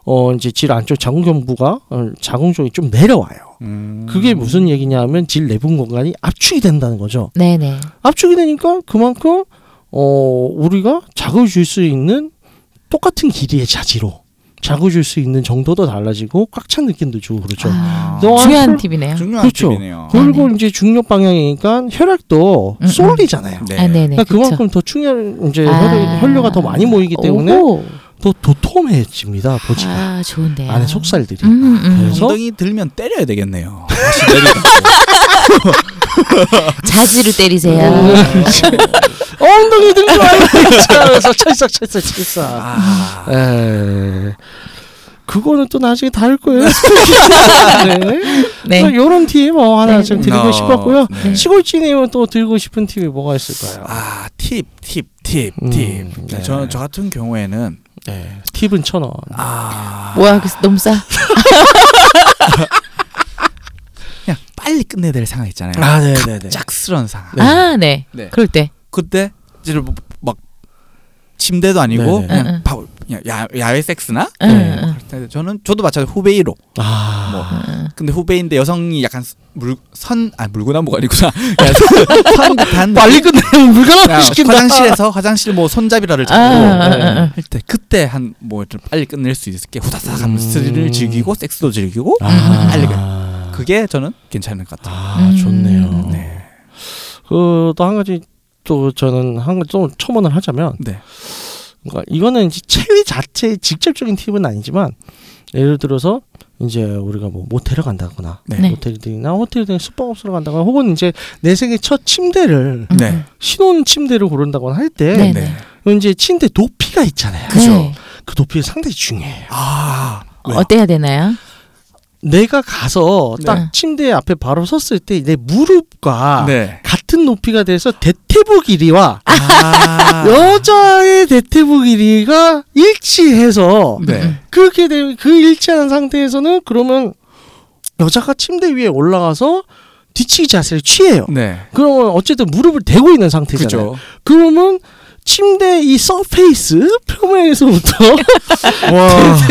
D: 어 이제 질 안쪽 자궁경부가 어, 자궁쪽이 좀 내려와요.
B: 음.
D: 그게 무슨 얘기냐면 질 내분 공간이 압축이 된다는 거죠.
C: 네네.
D: 압축이 되니까 그만큼 어 우리가 자극을 줄 수 있는 똑같은 길이의 자지로 자극을 줄 수 있는 정도도 달라지고 꽉 찬 느낌도 주고 그렇죠.
C: 아,
D: 너무
C: 중요한
D: 앞으로-
C: 팁이네요.
B: 중요한
D: 그렇죠.
B: 팁이네요.
D: 그리고
C: 네네.
D: 이제 중력 방향이니까 혈액도
C: 음, 음.
D: 쏠리잖아요.
B: 네.
C: 아 네네.
D: 그러니까 그만큼 더 충혈 이제
C: 그쵸. 아.
D: 혈, 료가더 많이 모이기 때문에
C: 오호.
D: 더 도톰해집니다. 보지가
C: 아 좋은데.
D: 안에 속살들이. 네.
C: 음, 음.
D: 그래서-
B: 엉덩이 들면 때려야 되겠네요.
C: 자지로 때리세요.
D: 어, 엉덩이 들고 그래서 찰싹 찰싹 찰싹.
B: 아.
D: 에 예. 그거는 또 나중에 다를 거예요. 네.
C: 네.
D: 이런 팀 어, 하나
C: 네.
D: 좀 드리고
B: 어,
D: 싶었고요.
B: 네.
D: 시골진님은 또 들고 싶은 팀이 뭐가 있을까요?
B: 아, 팁, 팁, 팁,
D: 음,
B: 팁. 네,
D: 네.
B: 저는 저 같은 경우에는
D: 네. 팁은 천 원.
B: 아,
C: 뭐야 그 너무 싸.
B: 그냥 빨리 끝내야 될 상황 있잖아요.
D: 네네네.
B: 짝스러운 상황.
D: 네.
C: 아 네.
B: 네.
C: 그럴 때.
B: 그때 이제 뭐- 막 침대도 아니고
D: 네, 네.
B: 그냥
C: 응, 응.
B: 바, 그냥 야, 야외 섹스나
C: 응,
D: 네.
C: 응.
B: 그때 저는 저도 마찬가지 후배이로
D: 아,
B: 뭐
C: 응.
B: 근데 후배인데 여성이 약간 물선아 물구나무가 아니구나 선단
D: 빨리 끝내면 물건을
B: 아,
D: 시킨다.
B: 화장실에서 화장실 뭐 손잡이라를
C: 아, 아,
B: 잡고
D: 네.
C: 아, 아.
B: 할 때 그때 한 뭐 좀 빨리 끝낼 수 있을 게 후다닥 하면서
D: 음.
B: 스릴을 즐기고 섹스도 즐기고
D: 아,
B: 빨리 끝-
D: 아,
B: 그게 저는 괜찮은 것 같아요.
D: 아 좋네요.
C: 음.
B: 네.
D: 그또한 가지 또 저는 한 가지 좀 첨언을
C: 아.
D: 하자면
B: 네.
D: 그러니까 이거는 이제 체위 자체의 직접적인 팁은 아니지만 예를 들어서 이제 우리가 뭐 모텔을 간다거나
B: 네.
C: 네.
D: 모텔이나 호텔 등 숙박업소로 간다거나 혹은 이제 내 생애 첫 침대를
C: 음,
B: 네.
C: 음.
D: 신혼 침대를 고른다거나 할 때
C: 네, 네.
D: 이제 침대 높이가 있잖아요.
C: 네.
D: 그 높이가 상당히 중요해요.
B: 아,
D: 네.
B: 왜?
C: 어때야 되나요?
D: 내가 가서 딱
C: 네.
D: 침대 앞에 바로 섰을 때 내 무릎과
B: 네.
D: 같은 높이가 돼서 대퇴부 길이와
B: 아,
D: 여자의 대퇴부 길이가 일치해서
C: 음.
B: 네.
D: 그렇게 되면 그 일치한 상태에서는 그러면 여자가 침대 위에 올라가서 뒤치기 자세를 취해요.
B: 네.
D: 그러면 어쨌든 무릎을 대고 있는 상태잖아요.
B: 그죠.
D: 그러면 침대 이 서페이스 표면에서부터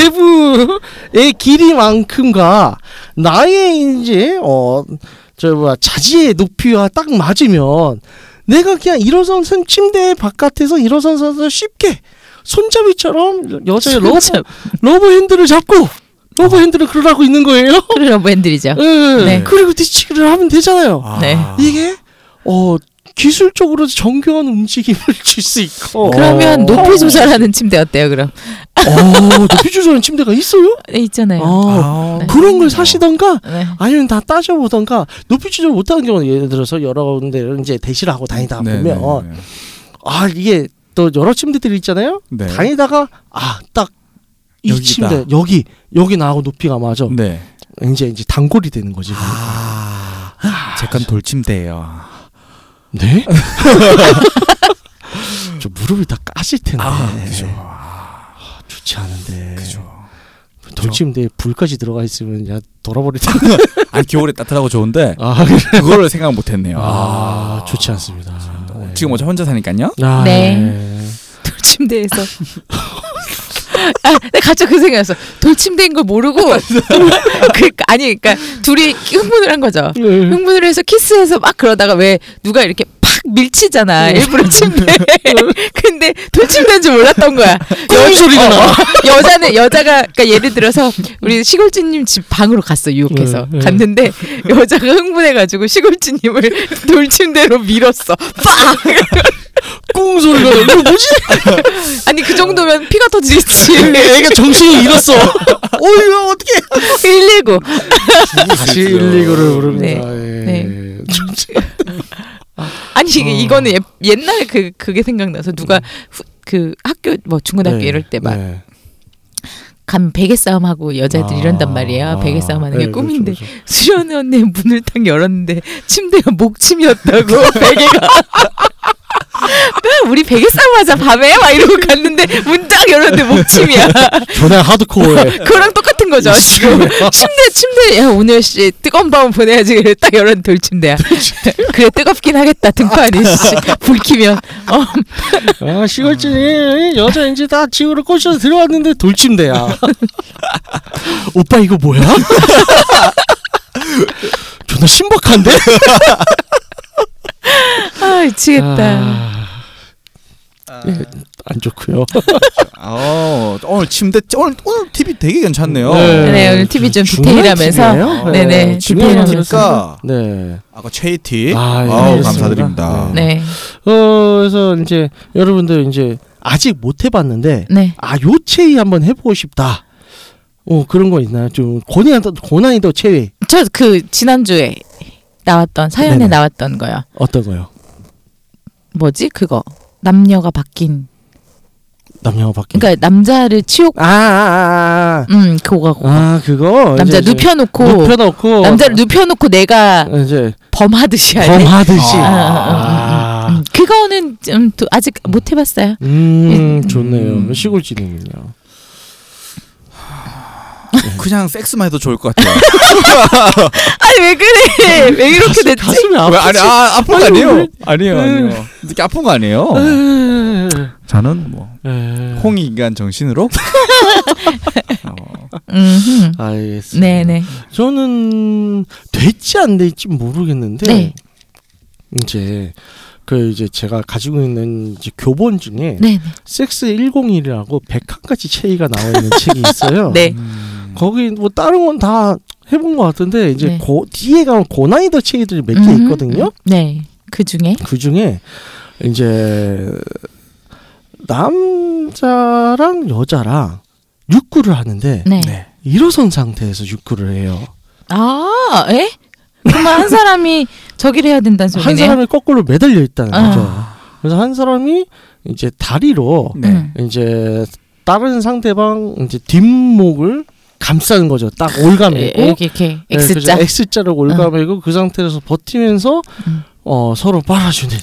D: 대부의 길이만큼과 나의 이제 어저 뭐야 자지의 높이와 딱 맞으면 내가 그냥 일어선 선 침대 바깥에서 일어서서 쉽게 손잡이처럼 여자의 로브
C: 손잡-
D: 로브 핸들을 잡고 로브 핸들을 그러라고 있는 거예요.
C: 그래 밴들이죠.
D: 예.
C: 네.
D: 그리고 뒤치기를 하면 되잖아요.
C: 네.
D: 이게 어 기술적으로 정교한 움직임을 줄 수 있고
C: 어. 그러면 높이 조절하는 침대 어때요? 그럼
D: 어, 높이 조절하는 침대가 있어요?
C: 네, 있잖아요.
D: 아,
B: 아,
D: 그런 걸 사시던가
C: 네.
D: 아니면 다 따져보던가 높이 조절 못하는 경우는 예를 들어서 여러 군데를 이제 대시를 하고 다니다
E: 네,
D: 보면
E: 네, 네.
D: 아 이게 또 여러 침대들이 있잖아요.
E: 네.
D: 다니다가 아 딱 이
B: 여기다. 음.
D: 침대 여기 여기 나하고 높이가 맞아.
E: 네.
D: 이제 이제 단골이 되는 거지.
B: 아, 제건 돌침대예요.
D: 네? 저 무릎이 다 까실 텐데.
E: 아, 네.
D: 아, 좋지 않은데. 그렇죠. 돌침대에 불까지 들어가 있으면 야 돌아버릴 텐데.
E: 아 겨울에 따뜻하고 좋은데
D: 아,
E: 그거를 생각 못했네요.
D: 아, 좋지 않습니다. 네.
E: 지금 어차 혼자 사니까요.
D: 아,
C: 네. 돌침대에서. 아, 내 갑자기 그 생각났어. 돌침대인 걸 모르고 그 아니 그러니까 둘이 흥분을 한 거죠.
D: 네.
C: 흥분을 해서 키스해서 막 그러다가 왜 누가 이렇게 팍
D: 음.
C: 밀치잖아 일부러 침대 근데 돌침대인 줄 몰랐던 거야 어,
D: 꼬인 음. 소리가 나.
C: 여자는 여자가 그러니까 예를 들어서 우리 시골주님 집 방으로 갔어 유혹해서
D: 네, 네.
C: 갔는데 여자가 흥분해가지고 시골주님을 돌침대로 밀었어 빵
D: 꿍 소리가 나. 이거 뭐지?
C: 아니 그 정도면 피가 터지지
D: 애가 정신을 잃었어. 어이구, 어떻게
C: 119
D: 다시 119를 부릅니다.
C: 네.
D: 네. 예. 좋지.
C: 아니
D: 어.
C: 이게 이거는 옛, 옛날 그 그게 생각나서 누가 후, 그 학교 뭐 중고등학교
D: 음. 네.
C: 이럴 때막
D: 네.
C: 간 베개 싸움하고 여자애들
D: 아,
C: 이런단 말이에요. 베개 싸움하는 게
D: 네,
C: 꿈인데
D: 그렇죠, 그렇죠.
C: 수련 언니 문을 딱 열었는데 침대가 목침이었다고 베개가. 우리 베개 싸움하자 밤에 막 이러고 갔는데 문 딱 열었는데 목침이야.
D: 전에 하드코어에
C: 그거랑 똑같은 거죠. 지금 침대 침대 야 오늘 씨 뜨거운 밤 보내야지 그래 딱 열었는데 돌침대야. 그래 뜨겁긴 하겠다 등판이 씨불 키면 어,
D: 아, 시골집이 여자 이제 다 집으로 꼬셔서 들어왔는데 돌침대야. 오빠 이거 뭐야? 존나 신박한데?
C: 아 미치겠다.
D: 아,
E: 아.
D: 예, 안 좋고요.
E: 어 오늘 침대 오늘 오늘 TV 되게 괜찮네요.
D: 네.
C: 네 오늘 TV 좀
D: 중요한
C: 디테일하면서
D: 팁이에요.
C: 네네
D: 네, 중요한
C: 디테일하면서
E: 그러니까
D: 네.
E: 아까 최희 팁.
D: 아, 예,
E: 아우
D: 알겠습니다.
E: 감사드립니다.
C: 네
D: 어, 그래서 이제 여러분들 이제 아직 못 해봤는데
C: 네.
D: 아 요체이 한번 해보고 싶다. 어 그런 거 있나요? 좀 고난이도 고난이도 체위
C: 저 그 지난주에 나왔던 사연에
D: 네네.
C: 나왔던 거요.
D: 어떤 거요?
C: 뭐지 그거 남녀가 바뀐.
D: 남녀가 바뀌.
C: 그러니까 남자를 치욕.
D: 아, 아, 아,
C: 음 그거가
D: 아, 아 그거
C: 남자
D: 이제- 이제
C: 눕혀놓고
D: 눕혀놓고 어.
C: 남자를 눕혀놓고 내가
D: 이제
C: 범하듯이 하네.
D: 범하듯이.
C: 아, 아, 음, 그거는 좀 또 아직 못 해봤어요.
D: 음, 좋네요. 시골지는요.
E: 그냥 섹스만 해도 좋을 것 같아요.
C: 아니 왜 그래?
D: 음.
C: 왜
D: 아,
C: 이렇게 됐지?
D: 가슴이
E: 왜, 아니 아 아픈 거
D: 아니,
E: 아니에요? 네.
D: 왜-
E: 아니에요 아니에요. 이렇게 아픈 거 아니에요?
C: 네.
E: 저는 뭐
D: 홍.
E: 홍익 인간 정신으로. 어,
C: 음,
D: 알겠습니다.
C: 네네.
D: 저는 될지 안 될지 모르겠는데
C: 네.
D: 이제 그 이제 제가 가지고 있는 이제 교본 중에
C: 네네.
D: 섹스 101이라고 101가지 체이가 나와 있는 책이 있어요.
C: 네.
E: 음.
D: 거기 뭐 다른 건 다 해본 것 같은데 이제
C: 네.
D: 고, 뒤에 가면 고난이도 체이들이 몇 개
C: 음,
D: 있거든요.
C: 네. 그 중에
D: 그 중에 이제 남자랑 여자랑 육구를 하는데
C: 네.
B: 네.
D: 일어선 상태에서 육구를 해요.
C: 아, 에? 그러면 한 사람이 저기를 해야 된다는
D: 한
C: 소리네요.
D: 사람이 거꾸로 매달려 있다는
C: 아.
D: 거죠. 그래서 한 사람이 이제 다리로
E: 네.
C: 음.
D: 이제 다른 상대방 이제 뒷목을 감싸는 거죠. 딱 올가매고
C: 에, 예, 이렇게 이렇게
D: 네,
C: X자.
D: 그죠. X자로 올가매고 그 상태에서 버티면서
C: 음.
D: 어, 서로 빨아주는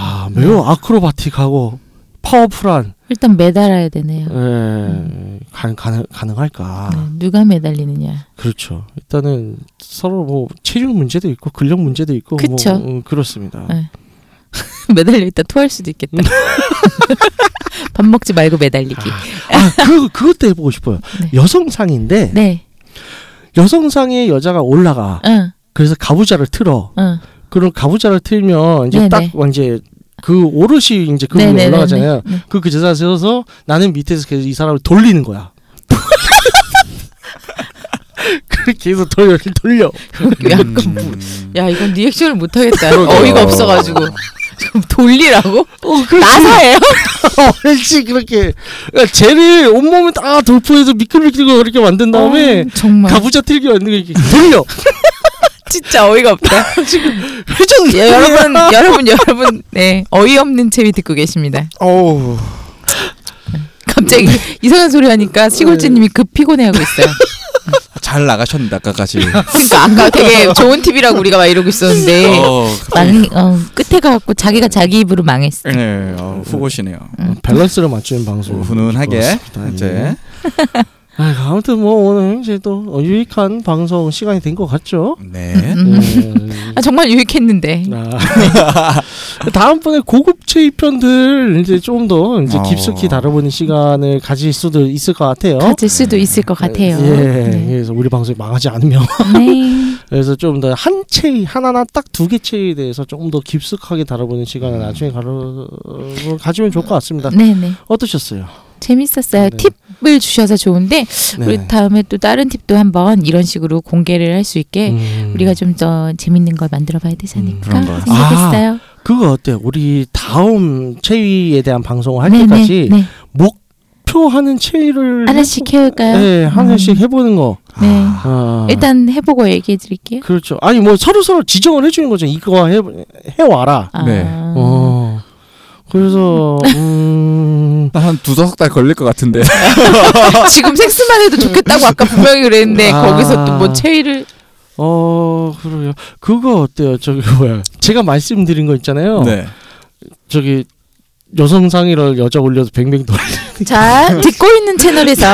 D: 아, 매우 아크로바틱하고 파워풀한
C: 일단 매달아야 되네요.
D: 예, 가, 가능, 가능할까?
C: 음. 네, 누가 매달리느냐.
D: 그렇죠. 일단은 서로 뭐 체중 문제도 있고 근력 문제도 있고
C: 그쵸. 아,
D: 뭐 음, 그렇습니다.
C: 네. 매달려 있다 토할 수도 있겠다. 밥 먹지 말고 매달리기.
D: 아, 그 그것도 해보고 싶어요.
C: 네.
D: 여성상인데
C: 네. 어,
D: 여성상에 여자가 올라가.
C: 응.
D: 그래서 가부자를 틀어.
C: 응.
D: 그럼 가부자를 틀면 이제
C: 네네.
D: 딱 이제 그 오롯이 이제 그 위로
C: 네네네네.
D: 올라가잖아요.
C: 네.
D: 그 그 제자 세워서 나는 밑에서 계속 이 사람을 돌리는 거야. 그렇게 해서 돌려 돌려. 음.
C: 약간 뭐, 야 이건 리액션을 못 하겠다. 어이가 없어가지고 좀 돌리라고?
D: 어,
C: 나사예요?
D: 그렇지 그렇게 그러니까 쟤를 온몸을 다 돌포해서 미끌미끌고 그렇게 만든 다음에
C: 어, 정말
D: 가부자 틀기 만든 거 이렇게 돌려
C: 진짜 어이가 없다.
D: 회전.
C: 예, 여러분 여러분 여러분 네 어이없는 채비 듣고 계십니다.
D: 어우.
C: 갑자기
D: 음.
C: 이상한 소리 하니까
D: 네.
C: 시골지님이 급 피곤해하고 있어요.
E: 잘 나가셨는데 아까까지.
C: 그러니까 아까 되게 좋은 팁이라고 우리가 막 이러고 있었는데
E: 어,
C: 망 어, 끝에 가갖고 자기가 자기 입으로 망했어.
E: 네, 음. 어, 후보시네요.
D: 음, 밸런스를 맞추는 방송.
E: 어, 훈훈하게
D: 좋았습니다. 예.
E: 이제
D: 아이고, 아무튼 뭐 오늘 이제 또 어, 유익한 방송 시간이 된 것 같죠. 예.
E: 네.
C: 음. 아, 정말 유익했는데.
D: 음, 아. 다음번에 고급 체입편들 이제 좀 더 이제
E: 어.
D: 깊숙이 다뤄보는 시간을 가질 수도 있을 것 같아요.
C: 가질 수도 있을 것 같아요.
D: 예,
C: 네.
D: 그래서 우리 방송이 망하지 않으면
C: 네.
D: 그래서 좀 더 한 체이 하나나 딱 두 개 체이에 대해서 조금 더 깊숙하게 다뤄보는 시간을 나중에 가로, 가지면 좋을 것 같습니다.
C: 네네.
D: 어떠셨어요?
C: 재밌었어요.
D: 네.
C: 팁을 주셔서 좋은데 우리 다음에 또 다른 팁도 한번 이런 식으로 공개를 할 수 있게
D: 음.
C: 네, 우리가 좀 더 재밌는 걸 만들어 봐야 되지
D: 음,
C: 않을까
E: 그런 거.
C: 생각했어요.
D: 그거 어때요? 우리 다음 체위에 대한 방송을 할 때까지
C: 네네. 네.
D: 목표하는 체위를
C: 하나씩
D: 해보-
C: 해올까요?
D: 네, 하나씩 해보는 거.
C: 음, 네.
D: 아,
C: 일단 해보고 얘기해 드릴게요.
D: 그렇죠. 아니 뭐 서로 서로 지정을 해주는 거죠. 이거 해 해와라.
C: 아,
E: 네.
D: 어. 그래서 음.
E: 한 두다섯 달 걸릴 것 같은데.
C: 지금 섹스만 해도 좋겠다고 아까 분명히 그랬는데
D: 아.
C: 거기서 또 뭐 체위를
D: 어 그러게요. 그거 어때요? 저기 뭐야? 제가 말씀드린 거 있잖아요.
E: 네.
D: 저기 여성 상의를 여자 올려서 뱅뱅 돌.
C: 자 듣고 있는 채널에서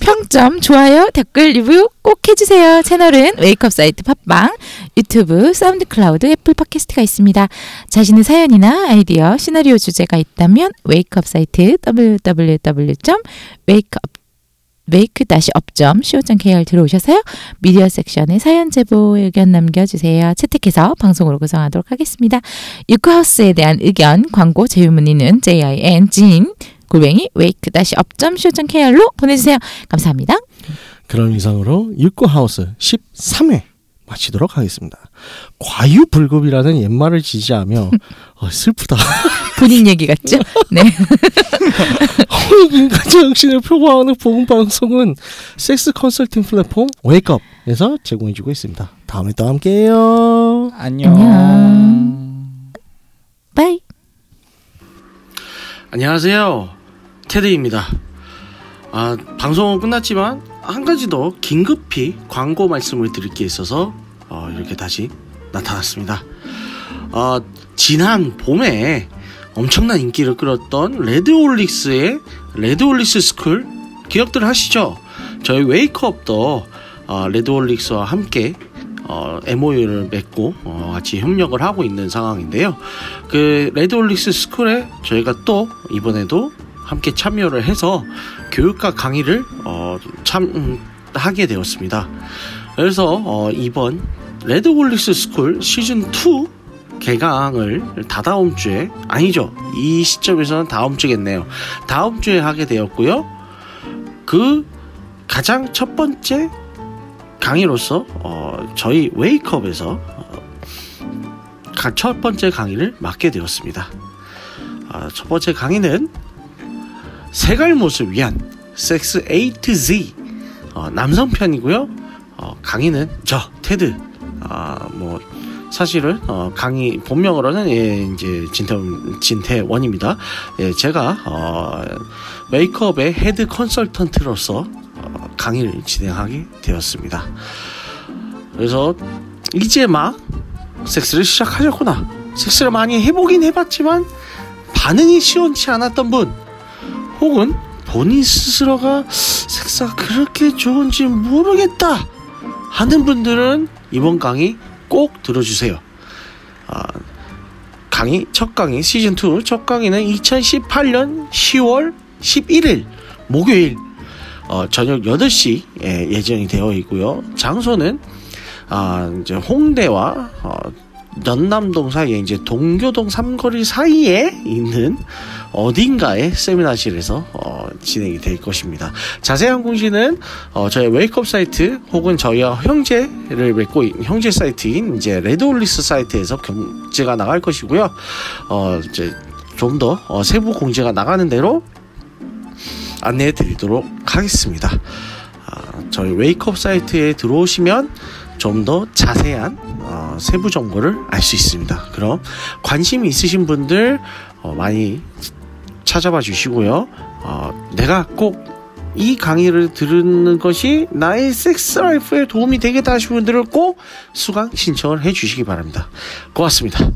C: 평점, 좋아요, 댓글, 리뷰 꼭 해주세요. 채널은 웨이크업 사이트 팟빵, 유튜브, 사운드 클라우드, 애플 팟캐스트가 있습니다. 자신의 사연이나 아이디어, 시나리오 주제가 있다면 웨이크업 사이트 www. wake-up wake-up.co.kr 들어오셔서요. 미디어 섹션에 사연 제보 의견 남겨주세요. 채택해서 방송으로 구성하도록 하겠습니다. 유쿠하우스에 대한 의견, 광고, 제휴 문의는 jin, 진, 골뱅이 wake-up.co.kr로 보내주세요. 감사합니다.
D: 그런 이상으로 육구하우스 13회 마치도록 하겠습니다. 과유불급이라는 옛말을 지지하며 어, 슬프다.
C: 본인 얘기 같죠? 네.
D: 허익인간 정신을 표방하는 보험방송은 섹스 컨설팅 플랫폼 웨이크업에서 제공해주고 있습니다. 다음에 또 함께해요.
C: 안녕. 빠이.
F: 안녕하세요. 테드입니다. 아, 방송은 끝났지만 한 가지 더 긴급히 광고 말씀을 드릴 게 있어서 어, 이렇게 다시 나타났습니다. 아, 지난 봄에 엄청난 인기를 끌었던 레드올릭스의 레드올릭스 스쿨 기억들 하시죠? 저희 웨이크업도 어, 레드올릭스와 함께 어, MOU를 맺고 어, 같이 협력을 하고 있는 상황인데요. 그 레드올릭스 스쿨에 저희가 또 이번에도 함께 참여를 해서 교육과 강의를 어, 참 음, 하게 되었습니다. 그래서 어, 이번 레드올릭스 스쿨 시즌 2 개강을 다다음 주에 아니죠 이 시점에서는 다음 주겠네요. 다음 주에 하게 되었고요. 그 가장 첫 번째 강의로서 어, 저희 웨이크업에서 어, 가- 첫 번째 강의를 맡게 되었습니다. 아, 첫 번째 강의는 세갈못을 위한 섹스 A to Z 어, 남성 편이고요. 어, 강의는 저 테드 아, 뭐 사실은 어, 강의 본명으로는 예, 이제 진태, 진태원입니다. 예, 제가 어, 메이크업의 헤드 컨설턴트로서 어, 강의를 진행하게 되었습니다. 그래서 이제 막 섹스를 시작하셨구나. 섹스를 많이 해보긴 해봤지만 반응이 시원치 않았던 분 혹은 본인 스스로가 섹스가 그렇게 좋은지 모르겠다 하는 분들은 이번 강의 꼭 들어주세요. 아,
D: 강의 첫 강의 시즌 2 첫 강의는 2018년 10월 11일 목요일 어, 저녁 8시 예, 예정이 되어 있고요. 장소는 아, 이제 홍대와 어, 연남동 사이에 이제 동교동 삼거리 사이에 있는 어딘가의 세미나실에서 어, 진행이 될 것입니다. 자세한 공지는 어, 저희 웨이크업 사이트 혹은 저희와 형제를 맺고 있- 형제 사이트인 이제 레드올리스 사이트에서 공지가 나갈 것이고요. 어, 이제 좀 더 어, 세부 공지가 나가는 대로 안내해 드리도록 하겠습니다. 아, 저희 웨이크업 사이트에 들어오시면 좀 더 자세한 어, 세부 정보를 알 수 있습니다. 그럼 관심이 있으신 분들 어, 많이 찾아봐 주시고요. 어, 내가 꼭 이 강의를 들은 것이 나의 섹스 라이프에 도움이 되겠다 하시는 분들을 꼭 수강 신청을 해 주시기 바랍니다. 고맙습니다.